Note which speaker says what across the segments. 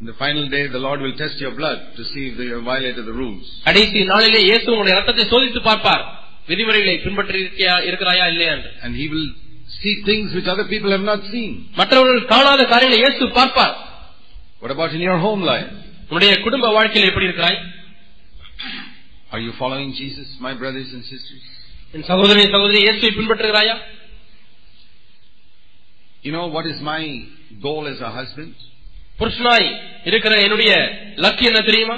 Speaker 1: The final day, the Lord will test your blood to see if you have violated the rules.
Speaker 2: கடைசி நாளிலே இயேசு உங்களுடைய ரத்தத்தை சோதித்து பார்ப்பார் விதிமுறைகளை பின்பற்றி இருக்கியா இருக்கிறாயா இல்லையா என்று
Speaker 1: And He will see things which other people have not seen.
Speaker 2: மற்றவர்கள் காணாத காரியங்களை இயேசு பார்ப்பார்
Speaker 1: What about in your home life?
Speaker 2: உன்னுடைய குடும்ப வாழ்க்கையில் எப்படி இருக்கிறாய்
Speaker 1: Are you following Jesus, my brothers and sisters?
Speaker 2: என் சகோதரி சகோதரி இயேசுவை பின்பற்றுகிறாயா
Speaker 1: You know what is my goal as a husband?
Speaker 2: புருஷனாய் இருக்கிற என்னுடைய லக்கு என்ன தெரியுமா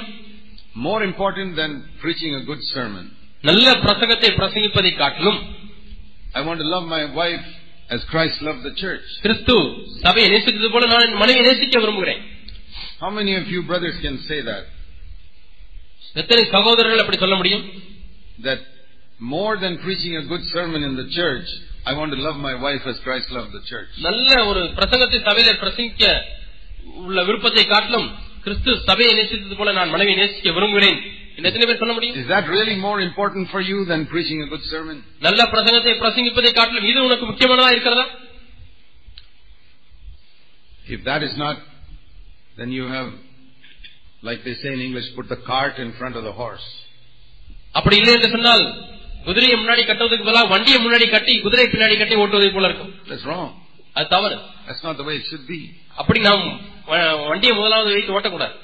Speaker 1: More important than preaching a good sermon.
Speaker 2: நல்ல பிரசங்கத்தை பிரசங்கிப்பதை காட்டிலும்
Speaker 1: I want to love my wife as Christ loved the church.
Speaker 2: கிறிஸ்து சபையை நேசித்தது போல நான் என் மனைவியை நேசிக்க விரும்புகிறேன்
Speaker 1: How many of you brothers can say that?
Speaker 2: எத்தனை சகோதரர்கள் அப்படி சொல்ல முடியும்
Speaker 1: That more than preaching a good sermon in the church, I want to love my wife as Christ loved the church.
Speaker 2: நல்ல ஒரு பிரசங்கத்தை சபையில பிரசங்கிக்க உள்ள விருப்பத்தை காட்டிலும் கிறிஸ்து சபையை நேசித்தது போல நான் மனைவியை நேசிக்க விரும்புகிறேன் என்று எத்தனை பேர் சொல்ல முடியும்
Speaker 1: Is that really more important for you than preaching a good sermon?
Speaker 2: நல்ல பிரசங்கத்தை பிரசங்கிப்பதை காட்டிலும் இது உனக்கு முக்கியமானதா இருக்கிறதா
Speaker 1: If that is not, then you have, like they say in English, put the cart in front of the horse.
Speaker 2: அப்படி இல்லை என்று சொன்னால் குதிரையை முன்னாடி கட்டுவதற்கு பதிலாக வண்டியை முன்னாடி கட்டி குதிரையை பின்னாடி கட்டி ஓட்டுவதை போல இருக்கும்
Speaker 1: That's wrong.
Speaker 2: அது தவறு
Speaker 1: That's not the way it should be.
Speaker 2: அப்படி நாம் வ- வண்டியை முதலாவது வைத்து ஓட்டக்கூடாது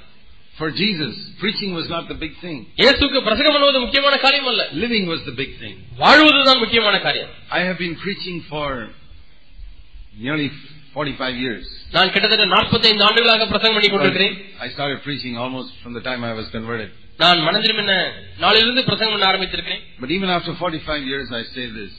Speaker 1: For Jesus, preaching was not the big thing.
Speaker 2: இயேசுக்கு பிரசங்கம் பண்ணுவது முக்கியமான காரியம் அல்ல
Speaker 1: Living was the big thing.
Speaker 2: வாழ்வதுதான் முக்கியமான காரியம்
Speaker 1: I have been preaching for nearly 45 years.
Speaker 2: நான் கிட்டத்தட்ட 45 ஆண்டுகளாக பிரசங்கம் பண்ணி கொண்டிருக்கிறேன்
Speaker 1: I started preaching almost from the time I was converted.
Speaker 2: நான் மனதிரும்பின நாளிலிருந்து பிரசங்கம் பண்ண ஆரம்பித்திருக்கிறேன்
Speaker 1: But even after 45 years, I say this.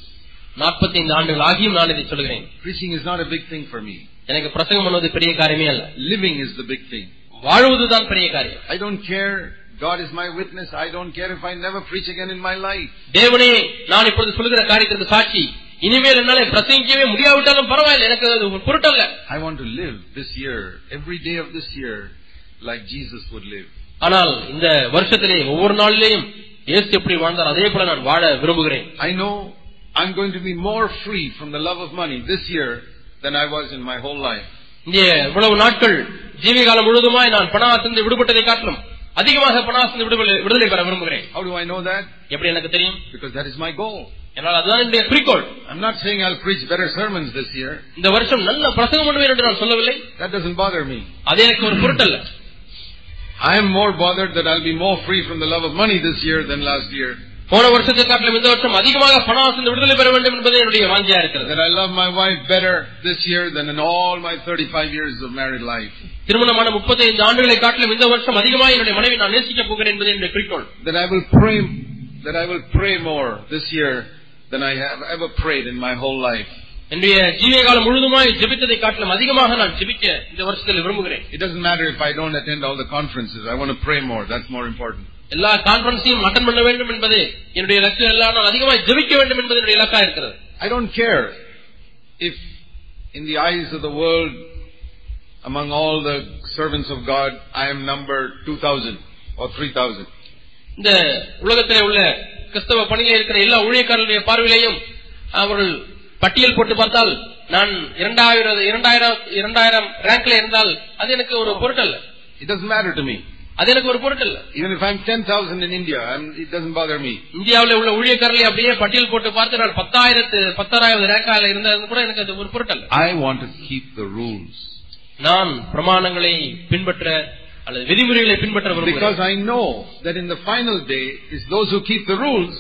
Speaker 2: 45 ஆண்டுகள் ஆகியும் நான் இதை சொல்கிறேன்
Speaker 1: Preaching is not a big thing for me.
Speaker 2: எனக்கு பிரசங்கம் பண்ணுவது பெரிய காரியமே அல்ல
Speaker 1: Living is the big thing.
Speaker 2: வாழ்வதுதான் பெரிய காரியம்
Speaker 1: I don't care. God is my witness. I don't care if I never preach again in my life.
Speaker 2: தேவனே நான் இப்பொழுது சொல்கிற காரியத்திற்கு சாட்சி இனிமேல் என்னால பிரசங்கிக்கவே முடியாவிட்டாலும் பரவாயில்லை எனக்கு அது ஒரு பொருட்டல்ல
Speaker 1: I want to live this year, every day of this year, like Jesus would live.
Speaker 2: ஆனால் இந்த வருஷத்திலே ஒவ்வொரு நாளிலேயும் இயேசு எப்படி வாழ்ந்தார் அதே போல நான் வாழ விரும்புகிறேன்
Speaker 1: I know I'm going to be more free from the love of money this year than I was in my whole life.
Speaker 2: இந்த இவ்வளவு நாட்கள் ஜீவிகாலம் முழுவதுமாய் நான் பணாசிருந்து விடுபட்டதை காட்டிலும் அதிகமாக பணாசிருந்து விடுதலை விடுதலை பெற விரும்புகிறேன்
Speaker 1: How do I know that?
Speaker 2: எப்படி எனக்கு தெரியும்
Speaker 1: Because that is my goal.
Speaker 2: என்னால் அதுதான் என்னுடைய குறிக்கோள்
Speaker 1: I'm not saying I'll preach better sermons this year.
Speaker 2: இந்த வருஷம் நல்ல பிரசங்கம் பண்ணுவேன் என்று நான் சொல்லவில்லை
Speaker 1: That doesn't bother me.
Speaker 2: அது எனக்கு ஒரு பொருட்டல்ல
Speaker 1: I am more bothered that I'll be more free from the love of money this year than last year.
Speaker 2: போன வருஷத்தை காட்டிலும் இந்த வருஷம் அதிகமாக பணாசிருந்து விடுதலை பெற வேண்டும் என்பது என்னுடைய வாஞ்சியா இருக்கிறது
Speaker 1: That I love my wife better this year than in all my 35 years of married life.
Speaker 2: திருமணமான 35 ஆண்டுகளை காட்டிலும் இந்த வருஷம் அதிகமாக என்னுடைய மனைவி நான் நேசிக்க போகிறேன் என்பது என்னுடைய குறிக்கோள்
Speaker 1: That I will pray, that I will pray more this year than I have ever prayed in my whole life.
Speaker 2: என்னுடைய ஜீவிய காலம் முழுதுமாய் ஜெபித்ததை காட்டிலும் அதிகமாக நான் ஜெபிக்க இந்த வருஷத்தில் விரும்புகிறேன்
Speaker 1: It doesn't matter if I don't attend all the conferences. I want to pray more. That's more important.
Speaker 2: எல்லா கான்பரன்ஸையும் அட்டன் பண்ண வேண்டும் என்பது என்னுடைய லட்சியம் இல்ல நான் அதிகமாக ஜெபிக்க வேண்டும் என்பது என்னுடைய இலக்கா இருக்கிறது
Speaker 1: I don't care if in the eyes of the world, among all the servants of God, I am number 2000 or 3000.
Speaker 2: இந்த உலகத்திலே உள்ள கிறிஸ்தவ பணியில் இருக்கிற எல்லா ஊழியக்காரருடைய பார்வையிலையும் அவர்கள் பட்டியல் போட்டு பார்த்தால் நான் இரண்டாயிரம் இரண்டாயிரம் இரண்டாயிரம் ரேங்க்ல இருந்தால் அது எனக்கு ஒரு பொருட்டல்ல
Speaker 1: It doesn't matter to me.
Speaker 2: அது எனக்கு ஒரு பொருட்டல்ல
Speaker 1: Even if I'm 10,000 in India, I'm, it doesn't bother me.
Speaker 2: இந்தியாவில் உள்ள ஊழியக்காரர்களை அப்படியே பட்டியல் போட்டு பார்த்து நான் பத்தாயிரத்து பத்தாறாயிரம் ரேங்கால இருந்தாலும் கூட எனக்கு அது ஒரு பொருட்டல்ல
Speaker 1: I want to keep the rules.
Speaker 2: நான் பிரமாணங்களை பின்பற்ற அல்லது விதிமுறைகளை பின்பற்ற
Speaker 1: Because
Speaker 2: விரும்புகிறேன்
Speaker 1: I know that in the final day, it's those who keep the rules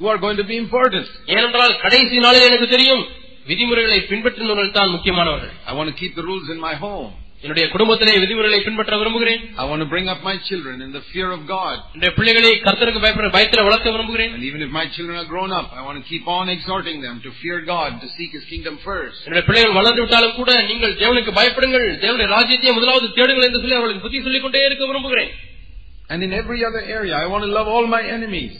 Speaker 1: who are going to be important.
Speaker 2: ஏனென்றால் கடைசி நாளில் எனக்கு தெரியும் விதிமுறைகளை பின்பற்றினவர்கள் தான் முக்கியமானவர்கள்
Speaker 1: I want to keep the rules in my home.
Speaker 2: என்னுடைய குடும்பத்திலே விதிமுறைகளை பின்பற்ற விரும்புகிறேன்
Speaker 1: I want to bring up my children in the fear of God.
Speaker 2: என்னுடைய பிள்ளைகளை கர்த்தருக்கு பயப்பட பயத்தில் வளர்க்க விரும்புகிறேன்
Speaker 1: And even if my children are grown up, I want to keep on exhorting them to fear God, to seek His kingdom first.
Speaker 2: என்னுடைய பிள்ளைகள் வளர்ந்து விட்டாலும் கூட நீங்கள் தேவனுக்கு பயப்படுங்கள் தேவனுடைய ராஜ்யத்தை முதலாவது தேடுங்கள் என்று சொல்லி அவர்களுக்கு புத்தி சொல்லிக் கொண்டே இருக்க விரும்புகிறேன்
Speaker 1: And in every other area, I want to love all my enemies.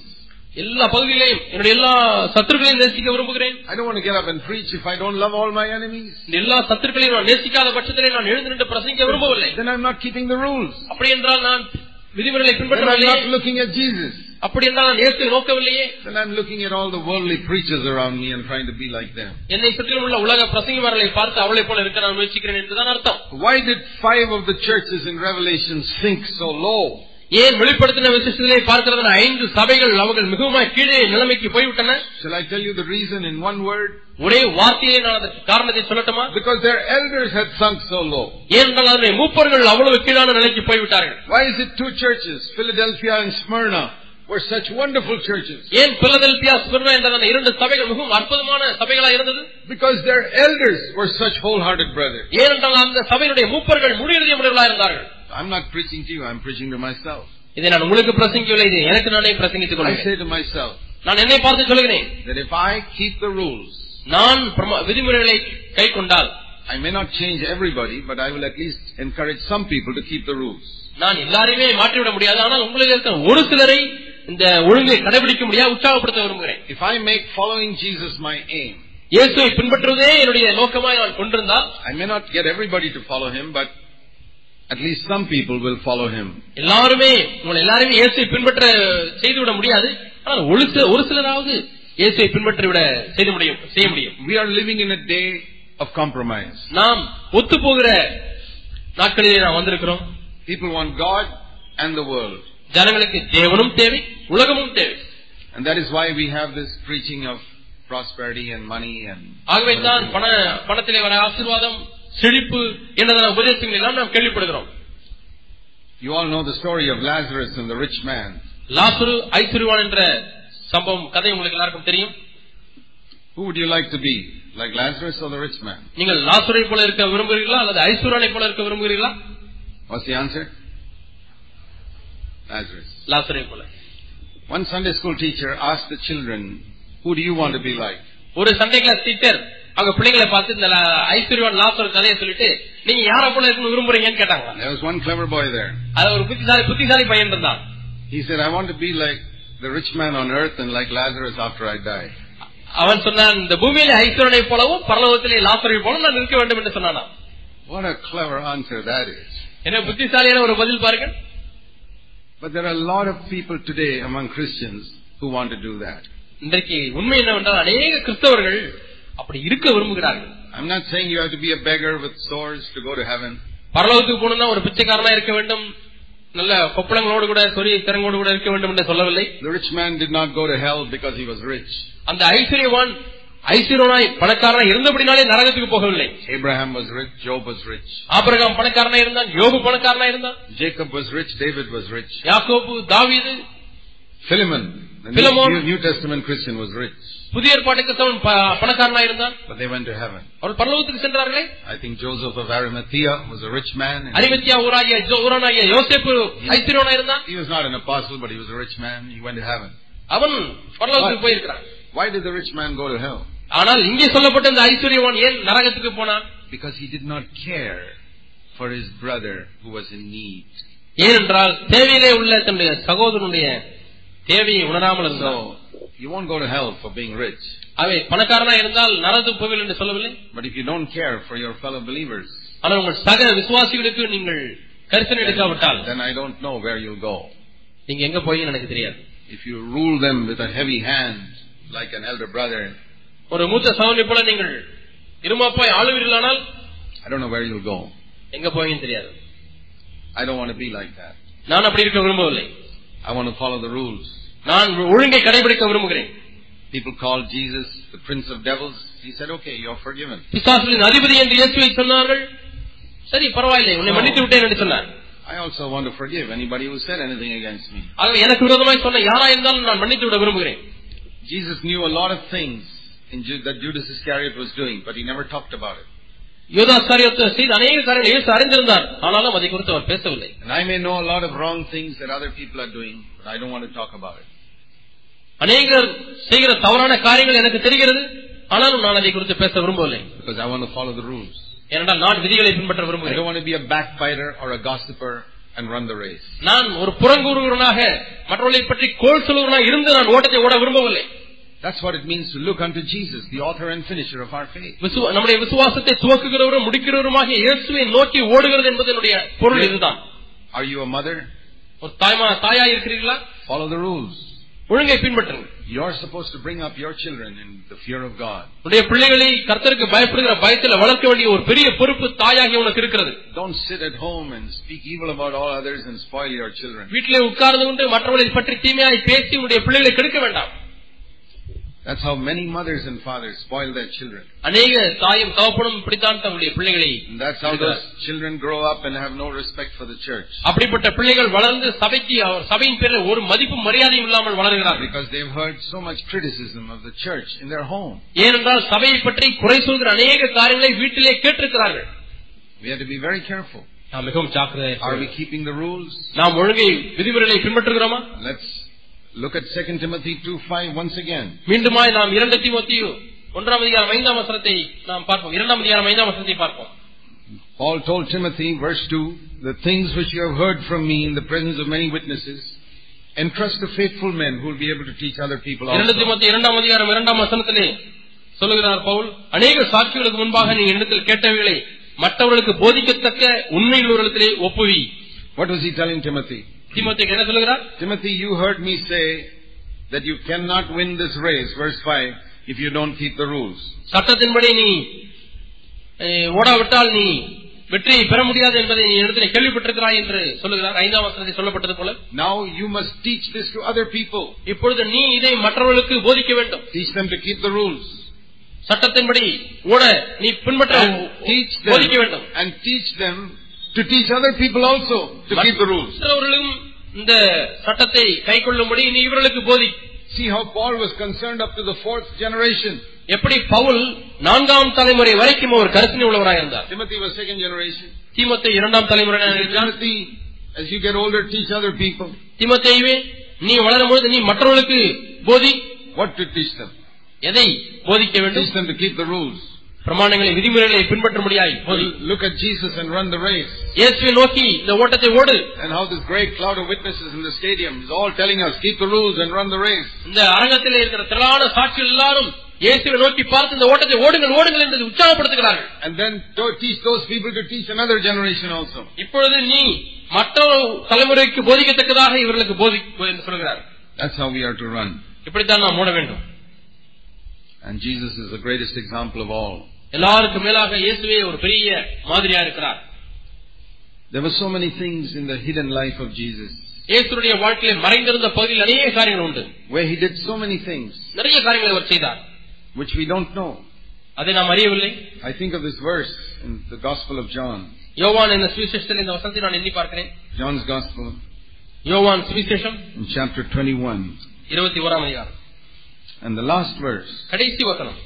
Speaker 2: எல்லா பகுதியிலையும் என்னுடைய எல்லா சத்துருக்களையும் நேசிக்க விரும்புகிறேன்
Speaker 1: I don't want to get up and preach if I don't love all my enemies.
Speaker 2: இந்த எல்லா சத்துருக்களையும் நான் நேசிக்காத பட்சத்திலே நான் எழுந்து நின்று பிரசங்கிக்க விரும்பவில்லை
Speaker 1: Then I'm not keeping the rules.
Speaker 2: அப்படி என்றால் நான் விதிமுறைகளை
Speaker 1: Then I'm
Speaker 2: பின்பற்றவில்லை
Speaker 1: not looking at Jesus.
Speaker 2: அப்படி என்றால் நான் இயேசுவை நோக்கவில்லையே
Speaker 1: Then I'm looking at all the worldly preachers around me and trying to be like them.
Speaker 2: என்னை சுற்றிலும் உள்ள உலக பிரசங்கிமார்களை பார்த்து அவளைப் போல இருக்க நான் முயற்சிக்கிறேன் என்றுதான் அர்த்தம்
Speaker 1: Why did five of the churches in Revelation sink so low?
Speaker 2: ஏன் வெளிப்படுத்தின விசேஷத்திலே பார்க்கிறதுனா ஐந்து சபைகள் அவர்கள் மிகவும் கீழே நிலைமைக்கு போய்விட்டன
Speaker 1: Shall I tell you the reason in one word?
Speaker 2: ஒரே வார்த்தையை நான் அதற்கு காரணத்தை சொல்லட்டுமா
Speaker 1: Because their elders had sunk so low.
Speaker 2: ஏனென்றால் அதனுடைய மூப்பர்கள் அவ்வளவு கீழான நிலைக்கு போய்விட்டார்கள்
Speaker 1: Why is it two churches, Philadelphia and Smyrna, were such wonderful churches?
Speaker 2: ஏன் பிலதெல்பியா ஸ்மிர்னா என்ற இரண்டு சபைகள் மிகவும் அற்புதமான சபைகளா இருந்தது
Speaker 1: Because their elders were such wholehearted brothers.
Speaker 2: ஏனென்றால் அந்த சபையினுடைய மூப்பர்கள் முடிவுறுதிய முடிவுகளா இருந்தார்கள்
Speaker 1: I'm not preaching to you, I'm preaching to myself.
Speaker 2: இதை நான் உங்களுக்கு பிரசங்கிக்கவில்லை இதை எனக்கு நானே பிரசங்கித்துக்
Speaker 1: I
Speaker 2: கொள்கிறேன்
Speaker 1: say to myself
Speaker 2: நான் என்னை பார்த்து சொல்கிறேன்
Speaker 1: that if I keep the rules,
Speaker 2: நான் பிரம- விதிமுறைகளை கை கொண்டால்
Speaker 1: I may not change everybody, but I will at least encourage some people to keep the rules.
Speaker 2: நான் எல்லாரையுமே மாற்றிவிட முடியாது ஆனால் உங்களுக்கு இருக்கிற ஒரு சிலரை இந்த ஒழுங்கை கடைபிடிக்க முடியாது உற்சாகப்படுத்த விரும்புகிறேன்
Speaker 1: If I make following Jesus my aim,
Speaker 2: இயேசுவை பின்பற்றுவதே என்னுடைய நோக்கமாய் நான் கொண்டிருந்தால்
Speaker 1: I may not get everybody to follow him, but at least some people will follow him.
Speaker 2: எல்லாருமே உங்களை எல்லாருமே இயேசுவை பின்பற்ற செய்துவிட முடியாது ஆனால் ஒரு சில ஒரு சிலராவது இயேசுவை பின்பற்றிவிட செய்து முடியும் செய்ய முடியும்
Speaker 1: We are living in a day of compromise.
Speaker 2: நாம் ஒத்து போகிற நாட்களிலே நாம் வந்திருக்கிறோம்
Speaker 1: People want God and the world.
Speaker 2: ஜனங்களுக்கு தேவனும் தேவை உலகமும் தேவை
Speaker 1: And that is why we have this preaching of prosperity and money and
Speaker 2: ஆகவே தான் பண பணத்திலே வர ஆசீர்வாதம் செழிப்பு என்றதான உபதேசங்கள் எல்லாம் நாம் கேள்விப்படுகிறோம்
Speaker 1: you all know the story of Lazarus and the rich man
Speaker 2: லாசுரு ஐசுருவான் என்ற சம்பவம் கதை உங்களுக்கு எல்லாருக்கும் தெரியும்
Speaker 1: who would you like to be like Lazarus or the rich man
Speaker 2: நீங்கள் லாசுரை போல இருக்க விரும்புகிறீர்களா அல்லது ஐசுரானை போல இருக்க விரும்புகிறீர்களா
Speaker 1: what's the answer Lazarus
Speaker 2: லாசுரை போல
Speaker 1: one Sunday school teacher asked the children who do you want to be like
Speaker 2: ஒரு சண்டே கிளாஸ் டீச்சர் அவங்க பிள்ளைங்களை பார்த்து இந்த லா- ஐசுரியவான் லாசுர கதையை சொல்லிட்டு நீங்க யார போல இருக்கணும் விரும்புறீங்கன்னு கேட்டாங்க
Speaker 1: there was one clever boy there
Speaker 2: அது ஒரு புத்திசாலி புத்திசாலி பையன் இருந்தான்
Speaker 1: he said I want to be like the rich man on earth and like Lazarus after I die
Speaker 2: அவன் சொன்னான் இந்த பூமியிலே ஐஸ்வரனை போலவும் பரலோகத்திலே லாசுரை போலவும் நான் இருக்க வேண்டும் என்று சொன்னானா
Speaker 1: what a clever answer that is
Speaker 2: என்ன புத்திசாலியான ஒரு பதில் பாருங்கள்
Speaker 1: But there are a lot of people today among Christians who want to do that.
Speaker 2: இன்றைக்கு உண்மை என்னவென்றால் அநேக கிறிஸ்தவர்கள் அப்படி இருக்க விரும்புகிறார்கள்
Speaker 1: I'm not saying you have to be a beggar with sores to go to heaven.
Speaker 2: பரலோகத்துக்கு போகணும்னா ஒரு பிச்சைக்காரனா இருக்க வேண்டும் நல்ல கொப்பளங்களோடு கூட சொறி திறங்கோடு கூட இருக்க வேண்டும் என்று சொல்லவில்லை
Speaker 1: The rich man did not go to hell because he was rich.
Speaker 2: அந்த ஐஸ்வர்யவான் ஐஸ்வர்யனாய் பணக்காரனா இருந்தபடினாலே நரகத்துக்கு போகவில்லை
Speaker 1: Abraham was rich, Job was rich.
Speaker 2: Abraham பணக்காரனா இருந்தான் யோபு பணக்காரனா இருந்தான்
Speaker 1: Jacob was rich, David was rich.
Speaker 2: யாக்கோபு தாவீது
Speaker 1: Philemon, the
Speaker 2: Philemon.
Speaker 1: New, New Testament Christian, was rich.
Speaker 2: புதிய ஏற்பாட்டுக்கு சமன் ப- பணக்காரனா இருந்தான்
Speaker 1: But they went to heaven.
Speaker 2: அவர்கள் பரலோகத்துக்கு சென்றார்களே
Speaker 1: I think Joseph of Arimathea was a rich man. and
Speaker 2: Arimathea ஊராகிய ஜோ- ஊரானாகிய யோசேப்பு ஐஸ்வர்யவனா இருந்தான்
Speaker 1: he was not an apostle, but he was a rich man. He went to heaven.
Speaker 2: அவன் பரலோகத்துக்கு போயிருக்கிறான்
Speaker 1: Why did the rich man go to hell?
Speaker 2: ஆனால் இங்கே சொல்லப்பட்ட இந்த ஐஸ்வர்யவான் ஏன் நரகத்துக்கு போனான்
Speaker 1: Because he did not care for his brother who was in need.
Speaker 2: ஏனென்றால் தேவையிலே உள்ள தன்னுடைய சகோதரனுடைய தேவையை உணராமல் இருந்தான்
Speaker 1: So, you won't go to hell for being rich.
Speaker 2: அவை பணக்காரனா இருந்தால் நரகத்துக்கு போவில் என்று சொல்லவில்லை
Speaker 1: But if you don't care for your fellow believers,
Speaker 2: ஆனால் உங்கள் சக விசுவாசிகளுக்கு நீங்கள் கரிசனை எடுக்காவிட்டால்
Speaker 1: then I don't know where you'll go.
Speaker 2: நீங்க எங்க போவீங்கன்னு எனக்கு தெரியாது
Speaker 1: If you rule them with a heavy hand, like an elder brother,
Speaker 2: ஒரு மூத்த சகோதரி போல நீங்கள் இருமாப்பாய் ஆளுவீர்களானால்
Speaker 1: I don't know where you'll go.
Speaker 2: எங்க போவீங்கன்னு தெரியாது
Speaker 1: I don't want to be like that.
Speaker 2: நான் அப்படி இருக்க விரும்பவில்லை
Speaker 1: I want to follow the rules.
Speaker 2: நான் ஒழுங்கை கடைபிடிக்க விரும்புகிறேன்
Speaker 1: People called Jesus the prince of devils. He said, okay, you're forgiven.
Speaker 2: பிசாசுகளின் அதிபதி என்று இயேசுவை சொன்னார்கள் சரி பரவாயில்லை உன்னை மன்னித்து விட்டேன் என்று சொன்னார்
Speaker 1: I also want to forgive anybody who said anything against me.
Speaker 2: ஆகவே எனக்கு விரோதமாய் சொன்ன யாரா இருந்தாலும் நான் மன்னித்து விட விரும்புகிறேன்
Speaker 1: Jesus knew a lot of things in Ju- that Judas Iscariot was doing, but he never talked about it.
Speaker 2: யோதாச்சாரியத்தை செய்த அநேக காரியங்கள் இயேசு அறிந்திருந்தார் ஆனாலும் அதை குறித்து அவர் பேசவில்லை
Speaker 1: And I may know a lot of wrong things that other people are doing, but I don't want to talk about it.
Speaker 2: அநேகர் செய்கிற தவறான காரியங்கள் எனக்கு தெரிகிறது ஆனாலும் நான் அதை குறித்து பேச விரும்பவில்லை
Speaker 1: Because I want to follow the rules.
Speaker 2: ஏனென்றால் நான் விதிகளை பின்பற்ற
Speaker 1: I don't
Speaker 2: விரும்புகிறேன்
Speaker 1: want to be a backbiter or a gossiper and run the race.
Speaker 2: நான் ஒரு புறங்கூறுவனாக மற்றவர்களை பற்றி கோல் சொல்லுவனாக இருந்து நான் ஓட்டத்தை ஓட விரும்பவில்லை
Speaker 1: That's what it means to look unto Jesus, the author and finisher of our faith.
Speaker 2: Vishwa- நம்முடைய விசுவாசத்தை துவக்குகிறவரும் முடிக்கிறவருமாகிய இயேசுவை நோக்கி ஓடுகிறது என்பது என்னுடைய பொருள் இதுதான்
Speaker 1: Are you a mother?
Speaker 2: ஒரு தாய்மா தாயா இருக்கிறீர்களா
Speaker 1: Follow the rules.
Speaker 2: ஒழுங்கை பின்பற்றுங்க
Speaker 1: You're supposed to bring up your children in the fear of God.
Speaker 2: உன்னுடைய பிள்ளைகளை கர்த்தருக்கு பயப்படுகிற பயத்தில் வளர்க்க வேண்டிய ஒரு பெரிய பொறுப்பு தாயாகி உனக்கு இருக்கிறது
Speaker 1: Don't sit at home and speak evil about all others and spoil your children.
Speaker 2: வீட்டிலே உட்கார்ந்து கொண்டு மற்றவர்களை பற்றி தீமையாய் பேசி உன்னுடைய பிள்ளைகளை கெடுக்க வேண்டாம்
Speaker 1: That's how many mothers and fathers spoil their children.
Speaker 2: அநேக தாயும் தகப்பனும் இப்படித்தான் தங்களுடைய பிள்ளைகளை
Speaker 1: And that's how
Speaker 2: கெடுக்கிறார்.
Speaker 1: those children grow up and have no respect for the church.
Speaker 2: அப்படிப்பட்ட பிள்ளைகள் வளர்ந்து சபைக்கு அவர் சபையின் பேரில் ஒரு மதிப்பும் மரியாதையும் இல்லாமல் வளர்கிறார்கள்
Speaker 1: Because they've heard so much criticism of the church in their home.
Speaker 2: ஏனென்றால் சபையை பற்றி குறை சொல்கிற அநேக காரியங்களை வீட்டிலே கேட்டிருக்கிறார்கள்
Speaker 1: We have to be very careful.
Speaker 2: நாம் மிகவும்
Speaker 1: Are we
Speaker 2: ஜாக்கிரதை
Speaker 1: keeping the rules?
Speaker 2: நாம் ஒழுங்கை விதிமுறைகளை பின்பற்றுகிறோமா
Speaker 1: Let's look at 2 Timothy 2.5 once again.
Speaker 2: மீண்டுமாய் நாம் இரண்டு தீமோத்தேயு ஒன்றாம் அதிகாரம் ஐந்தாம் வசனத்தை நாம் பார்ப்போம் இரண்டாம் அதிகாரம் ஐந்தாம் வசனத்தை பார்ப்போம்
Speaker 1: Paul told Timothy, verse 2, The things which you have heard from me in the presence of many witnesses, entrust to faithful men who will be able to teach other people
Speaker 2: இரண்டு
Speaker 1: also.
Speaker 2: தீமோத்தேயு இரண்டாம் அதிகாரம் இரண்டாம் வசனத்திலே சொல்லுகிறார் பவுல் அநேக சாட்சிகளுக்கு முன்பாக நீ எண்ணத்தில் கேட்டவைகளை மற்றவர்களுக்கு போதிக்கத்தக்க உண்மையுள்ளவர்களிடத்திலே ஒப்புவி
Speaker 1: What was he telling Timothy?
Speaker 2: தீமோத்தேயுக்கு என்ன சொல்லுகிறார்
Speaker 1: Timothy, you heard me say that you cannot win this race, verse 5, if you don't keep the rules.
Speaker 2: சட்டத்தின்படி நீ அஹ், ஓடாவிட்டால் நீ வெற்றியை பெற முடியாது என்பதை நீ இடத்திலே கேள்விப்பட்டிருக்கிறாய் என்று சொல்லுகிறார் ஐந்தாம் வசனத்தை சொல்லப்பட்டது போல
Speaker 1: Now you must teach this to other people.
Speaker 2: இப்பொழுது நீ இதை மற்றவர்களுக்கு போதிக்க வேண்டும்
Speaker 1: Teach them to keep the rules.
Speaker 2: சட்டத்தின்படி ஓட நீ பின்பற்ற
Speaker 1: And teach
Speaker 2: போதிக்க
Speaker 1: them,
Speaker 2: வேண்டும்
Speaker 1: and teach them to teach other people also to keep the rules.
Speaker 2: மற்றவர்களும் இந்த சட்டத்தை கை கொள்ளும்படி நீ இவர்களுக்கு போதி
Speaker 1: See how Paul was concerned up to the fourth generation.
Speaker 2: எப்படி பவுல் நான்காம் தலைமுறை வரைக்கும் அவர் கரிசனை உள்ளவராக இருந்தார்
Speaker 1: Timothy was second generation.
Speaker 2: தீமத்தை இரண்டாம் தலைமுறையாக
Speaker 1: And
Speaker 2: இருந்தார்
Speaker 1: Timothy, as you get older, teach other people
Speaker 2: தீமத்தையுமே நீ வளரும் பொழுது நீ மற்றவர்களுக்கு போதி
Speaker 1: what to teach them.
Speaker 2: எதை போதிக்க வேண்டும்
Speaker 1: Teach them to keep the rules.
Speaker 2: பிரமாணங்களை விதிமுறைகளை பின்பற்ற முடியாது போதி
Speaker 1: Look at Jesus and run the race.
Speaker 2: இயேசுவை நோக்கி இந்த ஓட்டத்தை ஓடு
Speaker 1: And how this great cloud of witnesses in the stadium is all telling us, keep the rules and run the race.
Speaker 2: இந்த அரங்கத்தில் இருக்கிற திரளான சாட்சிகள் எல்லாரும் இயேசுவை நோக்கி பார்த்து இந்த ஓட்டத்தை ஓடுங்கள் ஓடுங்கள் என்று உற்சாகப்படுத்துகிறார்கள்
Speaker 1: And then to- teach those people to teach another generation also.
Speaker 2: இப்பொழுது நீ மற்ற தலைமுறைக்கு போதிக்கத்தக்கதாக இவர்களுக்கு போதி என்று சொல்கிறார்
Speaker 1: That's how we are to run.
Speaker 2: இப்படித்தான் நாம் ஓட வேண்டும்
Speaker 1: And Jesus is the greatest example of all.
Speaker 2: எல்லாருக்கும் மேலாக இயேசுவே ஒரு பெரிய மாதிரியா இருக்கிறார்
Speaker 1: There were so many things in the hidden life of Jesus
Speaker 2: இயேசுடைய வாழ்க்கையில மறைந்திருந்த பகுதியில் நிறைய காரியங்கள் உண்டு
Speaker 1: where he did so many things
Speaker 2: நிறைய காரியங்களை அவர் செய்தார்
Speaker 1: which we don't know.
Speaker 2: அதை நாம் அறியவில்லை
Speaker 1: I think of this verse in the Gospel of John,
Speaker 2: யோவான் இந்த சுவிசேஷத்தில் இந்த வசனத்தை நான் எண்ணி பார்க்கிறேன்
Speaker 1: John's Gospel
Speaker 2: யோவான் சுவிசேஷம்
Speaker 1: in chapter 21
Speaker 2: இருபத்தி ஓராம் அதிகாரம்
Speaker 1: and the last verse.
Speaker 2: கடைசி வசனம்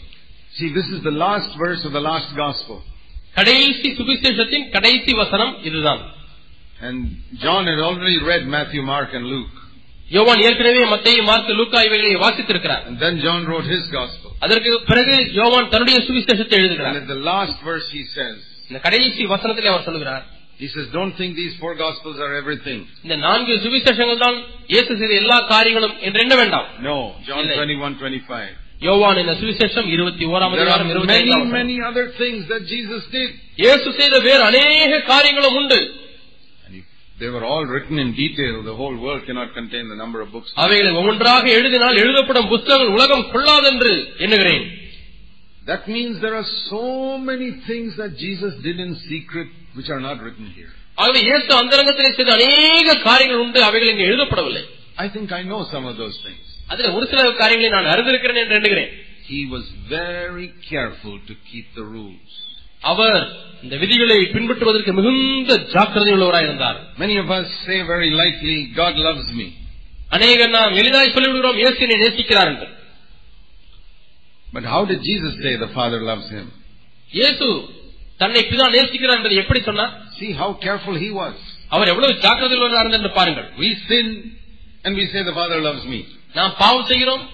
Speaker 1: See, this is the last verse of the last Gospel.
Speaker 2: கடைசி சுவிசேஷத்தின் கடைசி வசனம் இதுதான்
Speaker 1: And John had already read Matthew, Mark and Luke.
Speaker 2: யோவான் ஏற்கனவே மத்தேயு மார்க்கு லூக்கா இவைகளை வாசித்திருக்கிறார்
Speaker 1: And then John wrote his Gospel.
Speaker 2: அதற்கு பிறகு யோவான் தன்னுடைய சுவிசேஷத்தை
Speaker 1: And
Speaker 2: எழுதுகிறார்
Speaker 1: at the last verse he says,
Speaker 2: இந்த கடைசி வசனத்திலே அவர் சொல்லுகிறார்
Speaker 1: he says, don't think these four Gospels are everything.
Speaker 2: இந்த நான்கு சுவிசேஷங்கள் தான் இயேசு செய்த எல்லா காரியங்களும் என்று எண்ண வேண்டாம்
Speaker 1: No, John
Speaker 2: இல்லை.
Speaker 1: 21, 25.
Speaker 2: யோவான் இந்த சுவிசேஷம் இருபத்தி ஓராம்
Speaker 1: There
Speaker 2: அதிகாரம்
Speaker 1: are
Speaker 2: இருபத்தி
Speaker 1: many,
Speaker 2: ஐந்தாம் வசனம்.
Speaker 1: many other things that Jesus did.
Speaker 2: இயேசு செய்த வேறு அநேக காரியங்களும் உண்டு
Speaker 1: And if they were all written in detail, the whole world cannot contain the number of books.
Speaker 2: அவைகளை ஒவ்வொன்றாக எழுதினால் எழுதப்படும் புஸ்தகங்கள் உலகம் கொள்ளாதென்று எண்ணுகிறேன்
Speaker 1: That means there are so many things that Jesus did in secret which are not written here.
Speaker 2: ஆகவே இயேசு அந்தரங்கத்திலே செய்த அநேக காரியங்கள் உண்டு அவைகள் இங்கே எழுதப்படவில்லை
Speaker 1: I think I know some of those things.
Speaker 2: அதுல ஒரு சில காரியங்களை நான் அறிந்திருக்கிறேன் என்று எண்ணுகிறேன்
Speaker 1: He was very careful to keep the rules.
Speaker 2: அவர் இந்த விதிகளை பின்பற்றுவதற்கு மிகுந்த ஜாக்கிரதை உள்ளவராக இருந்தார்
Speaker 1: Many of us say very lightly, God loves me.
Speaker 2: அநேகர் நாம் எளிதாய் சொல்லிவிடுகிறோம் இயேசு என்னை நேசிக்கிறார் என்று
Speaker 1: But how did Jesus say the Father loves him?
Speaker 2: இயேசு தன்னை பிதான் நேசிக்கிறார் என்பதை எப்படி சொன்னார்
Speaker 1: See how careful he was.
Speaker 2: அவர் எவ்வளவு ஜாக்கிரதை உள்ளவராக என்று பாருங்கள்
Speaker 1: We sin and we say the Father loves me.
Speaker 2: நாம் பாவம் செய்கிறோம்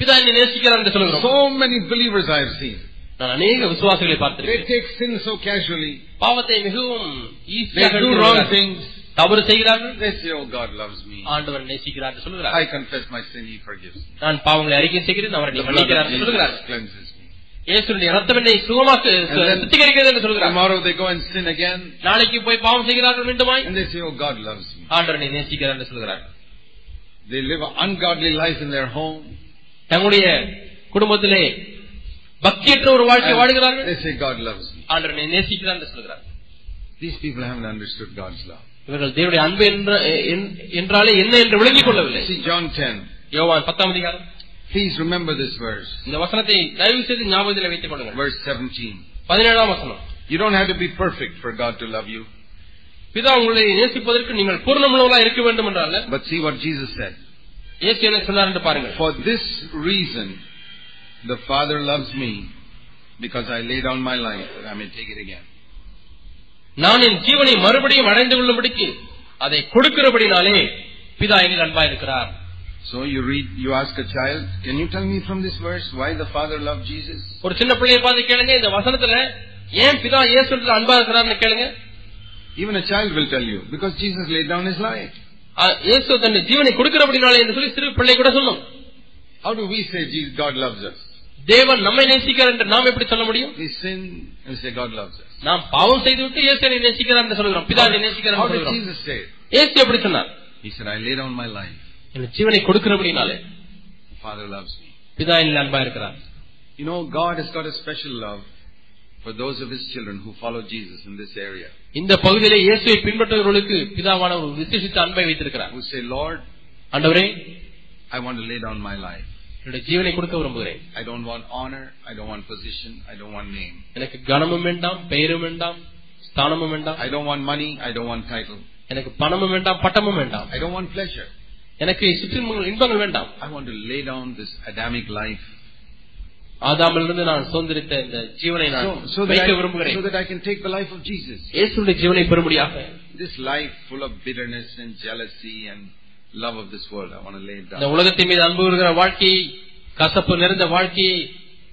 Speaker 2: பிதா என்னை நேசிக்கிறார் என்று சொல்கிறோம்
Speaker 1: So many believers I have seen.
Speaker 2: நான் அநேக விசுவாசிகளை
Speaker 1: They
Speaker 2: பார்த்திருக்கேன்
Speaker 1: take sin so casually.
Speaker 2: பாவத்தை மிகவும்
Speaker 1: They
Speaker 2: ஈஸியாக
Speaker 1: do wrong
Speaker 2: எடுத்துக்கொள்கிறார்கள்.
Speaker 1: things.
Speaker 2: தவறு செய்கிறார்கள்
Speaker 1: They say, oh, God loves me.
Speaker 2: ஆண்டவர் நேசிக்கிறார் என்று
Speaker 1: I
Speaker 2: சொல்கிறார்
Speaker 1: confess my sin, He forgives. me.
Speaker 2: நான் பாவங்களை அறிக்கை செய்கிறேன் அவர்
Speaker 1: The
Speaker 2: என்னை
Speaker 1: blood
Speaker 2: மன்னிக்கிறார்
Speaker 1: of
Speaker 2: என்று
Speaker 1: Jesus
Speaker 2: சொல்கிறார்
Speaker 1: cleanses me.
Speaker 2: இயேசுடைய ரத்தம் என்னை சுகமாக்கு
Speaker 1: And then-
Speaker 2: சுத்திகரிக்கிறது என்று சொல்கிறார்
Speaker 1: Tomorrow they go and sin again,
Speaker 2: நாளைக்கு போய் பாவம் செய்கிறார்கள் மீண்டுமாய்
Speaker 1: and they say, oh, God loves me.
Speaker 2: ஆண்டவரை நேசிக்கிறார் என்று சொல்கிறார்
Speaker 1: They live an ungodly life in their home.
Speaker 2: தங்களுடைய குடும்பத்திலே பக்தியற்ற ஒரு வாழ்க்கை
Speaker 1: And
Speaker 2: வாடுகிறார்கள்
Speaker 1: they say, God loves me.
Speaker 2: ஆண்டவர் என்னை நேசிக்கிறார் என்று சொல்கிறார்
Speaker 1: These people haven't understood God's love.
Speaker 2: இவர்கள் தேவனுடைய அன்பு என்ற- என்- என்றாலே என்ன என்று விளங்கிக் கொள்ளவில்லை
Speaker 1: See John 10.
Speaker 2: யோவான் பத்தாம் அதிகாரம்
Speaker 1: Please remember this verse.
Speaker 2: இந்த வசனத்தை தயவு செய்து ஞாபகத்தில் வைத்துக் கொள்ளுங்கள்
Speaker 1: Verse 17.
Speaker 2: பதினேழாம் வசனம்
Speaker 1: You don't have to be perfect for God to love you.
Speaker 2: பிதா உங்களை நேசிப்பதற்கு நீங்கள் பூர்ணமுள்ளவர்களா இருக்க வேண்டும் என்றால்
Speaker 1: But see what Jesus said.
Speaker 2: இயேசு என்ன சொன்னார் என்று பாருங்கள்
Speaker 1: For this reason, the Father loves me because I lay down my life that I may take it again.
Speaker 2: நான் என் ஜீவனை மறுபடியும் அடைந்து கொள்ளும்படிக்கு அதை கொடுக்கிறபடினாலே பிதா எங்கள் அன்பா இருக்கிறார்
Speaker 1: So you read, you ask a child, can you tell me from this verse why the Father loved Jesus?
Speaker 2: ஒரு சின்ன பிள்ளையை பார்த்து கேளுங்க இந்த வசனத்துல ஏன் பிதா இயேசு இடத்துல அன்பா இருக்கிறார்னு கேளுங்க
Speaker 1: Even a child will tell you, because Jesus laid down his life.
Speaker 2: ஆ, இயேசு தன்னுடைய ஜீவனை கொடுக்கிறபடினாலே என்று சொல்லி சிறு பிள்ளை கூட சொல்லும்
Speaker 1: How do we say Jesus, God loves us?
Speaker 2: தேவன் நம்மை நேசிக்கிறார் என்று நாம் எப்படி சொல்ல முடியும்
Speaker 1: We sin and say God loves us.
Speaker 2: நாம் பாவம் செய்துவிட்டு இயேசு என்னை நேசிக்கிறார் என்று சொல்கிறோம் பிதா என்னை நேசிக்கிறார்
Speaker 1: How
Speaker 2: என்று
Speaker 1: did
Speaker 2: சொல்கிறோம்
Speaker 1: Jesus say it?
Speaker 2: இயேசு எப்படி சொன்னார்
Speaker 1: He said, I lay down my life.
Speaker 2: என் ஜீவனை கொடுக்கிறபடினாலே
Speaker 1: The Father loves me.
Speaker 2: பிதா என்னில் அன்பா இருக்கிறார்
Speaker 1: You know, God has got a special love for those of his children who follow Jesus in this area.
Speaker 2: இந்த பகுதியிலே இயேசுவை பின்பற்றுகிறவர்களுக்கு பிதாவான ஒரு விசேஷித்த அன்பை வைத்திருக்கிறார்
Speaker 1: Who say, Lord,
Speaker 2: ஆண்டவரே
Speaker 1: I want to lay down my life.
Speaker 2: என்னுடைய ஜீவனை கொடுக்க விரும்புகிறேன்
Speaker 1: I don't want honor. I don't want position. I don't want name.
Speaker 2: எனக்கு கனமும் வேண்டாம் பெயரும் வேண்டாம் ஸ்தானமும் வேண்டாம்
Speaker 1: I don't want money. I don't want title.
Speaker 2: எனக்கு பணமும் வேண்டாம் பட்டமும் வேண்டாம்
Speaker 1: I don't want pleasure.
Speaker 2: எனக்கு சுற்றின் இன்பங்கள் வேண்டாம்
Speaker 1: I want to lay down this Adamic life
Speaker 2: ஆதாமிலிருந்து நான் சுதந்திரித்த இந்த ஜீவனை
Speaker 1: so,
Speaker 2: நான்
Speaker 1: so, that
Speaker 2: வைக்க
Speaker 1: I,
Speaker 2: விரும்புகிறேன்
Speaker 1: so that I can take the life of Jesus.
Speaker 2: இயேசுடைய ஜீவனை பெறும்படியாக
Speaker 1: This life full of bitterness and jealousy and love of this world, I want to lay it
Speaker 2: இந்த
Speaker 1: down.
Speaker 2: உலகத்தின் மீது அன்பு இருக்கிற வாழ்க்கையை கசப்பு நிறைந்த வாழ்க்கையை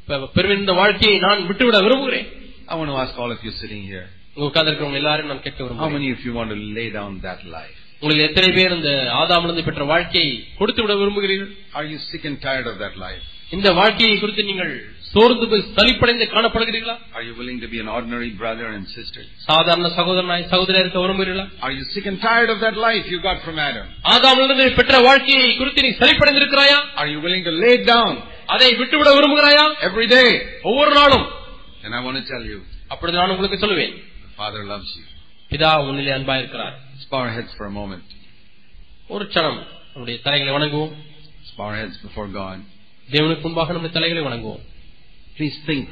Speaker 2: பெ- பெருவிருந்த வாழ்க்கையை நான் விட்டுவிட விரும்புகிறேன்
Speaker 1: I want to ask all of you sitting here,
Speaker 2: உங்க உட்கார்ந்திருக்கிறவங்க எல்லாரும் நான் கேட்க
Speaker 1: how
Speaker 2: விரும்புகிறேன்
Speaker 1: many of you want to lay down that life?
Speaker 2: உங்களுக்கு எத்தனை பேர் இந்த ஆதாமிலிருந்து பெற்ற வாழ்க்கையை கொடுத்து விட விரும்புகிறீர்கள்
Speaker 1: Are you sick and tired of that life?
Speaker 2: இந்த வாழ்க்கையை குறித்து நீங்கள் சோர்ந்து போய் சலிப்படைந்து காணப்படுகிறீர்களா
Speaker 1: Are you willing to be an ordinary brother and sister?
Speaker 2: சாதாரண சகோதரனாய் சகோதரர் இருக்க விரும்புகிறீர்களா
Speaker 1: Are you sick and tired of that life you got from Adam?
Speaker 2: ஆதாமிலிருந்து பெற்ற வாழ்க்கையை குறித்து நீ சலிப்படைந்திருக்கிறாயா
Speaker 1: Are you willing to lay it down
Speaker 2: அதை விட்டுவிட விரும்புகிறாயா
Speaker 1: every day?
Speaker 2: ஒவ்வொரு நாளும்
Speaker 1: And I want to tell you,
Speaker 2: அப்பொழுது நான் உங்களுக்கு சொல்லுவேன்
Speaker 1: the Father loves you.
Speaker 2: பிதா உன்னிலே அன்பா இருக்கிறார்
Speaker 1: Let's bow our heads for a moment.
Speaker 2: ஒரு சனம் நம்முடைய தலைகளை வணங்குவோம்
Speaker 1: Let's bow our heads before God.
Speaker 2: தேவனுக்கு முன்பாக நம்முடைய தலைகளை வணங்குவோம்
Speaker 1: Please think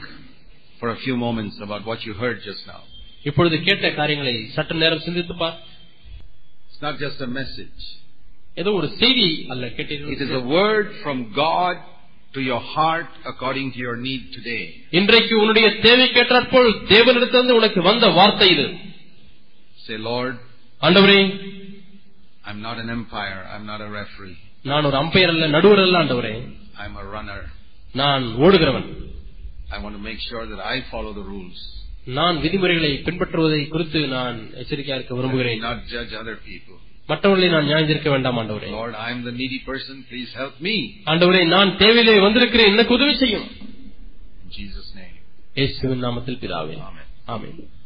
Speaker 1: for a few moments about what you heard just now.
Speaker 2: இப்பொழுது கேட்ட காரியங்களை சற்று நேரம் சிந்தித்துப் பார்
Speaker 1: It's not just a message.
Speaker 2: ஏதோ ஒரு செய்தி அல்ல
Speaker 1: It is
Speaker 2: கேட்டீர்கள்
Speaker 1: a word from God to your heart according to your need today.
Speaker 2: இன்றைக்கு உன்னுடைய தேவை கேட்டாற்போல் தேவனிடத்திலிருந்து உனக்கு வந்த வார்த்தை இது
Speaker 1: Say, Lord,
Speaker 2: ஆண்டவரே
Speaker 1: I'm not an umpire. I'm not a referee.
Speaker 2: நான் ஒரு அம்பையர் அல்ல நடுவர் அல்ல ஆண்டவரே
Speaker 1: I'm a runner.
Speaker 2: நான் ஓடுகிறவன்
Speaker 1: I want to make sure that I follow the rules.
Speaker 2: நான் விதிமுறைகளை பின்பற்றுவதை குறித்து நான் எச்சரிக்கையா இருக்க
Speaker 1: May
Speaker 2: விரும்புகிறேன்
Speaker 1: not judge other people.
Speaker 2: மற்றவர்களை நான் நியாயந்திருக்க வேண்டாம் ஆண்டவரே
Speaker 1: Lord, I'm the needy person. Please help me.
Speaker 2: ஆண்டவரே நான் தேவையிலே வந்திருக்கிறேன் எனக்கு உதவி செய்யும்
Speaker 1: In Jesus' name.
Speaker 2: இயேசுவின் நாமத்தில் பிதாவே
Speaker 1: Amen.
Speaker 2: ஆமென்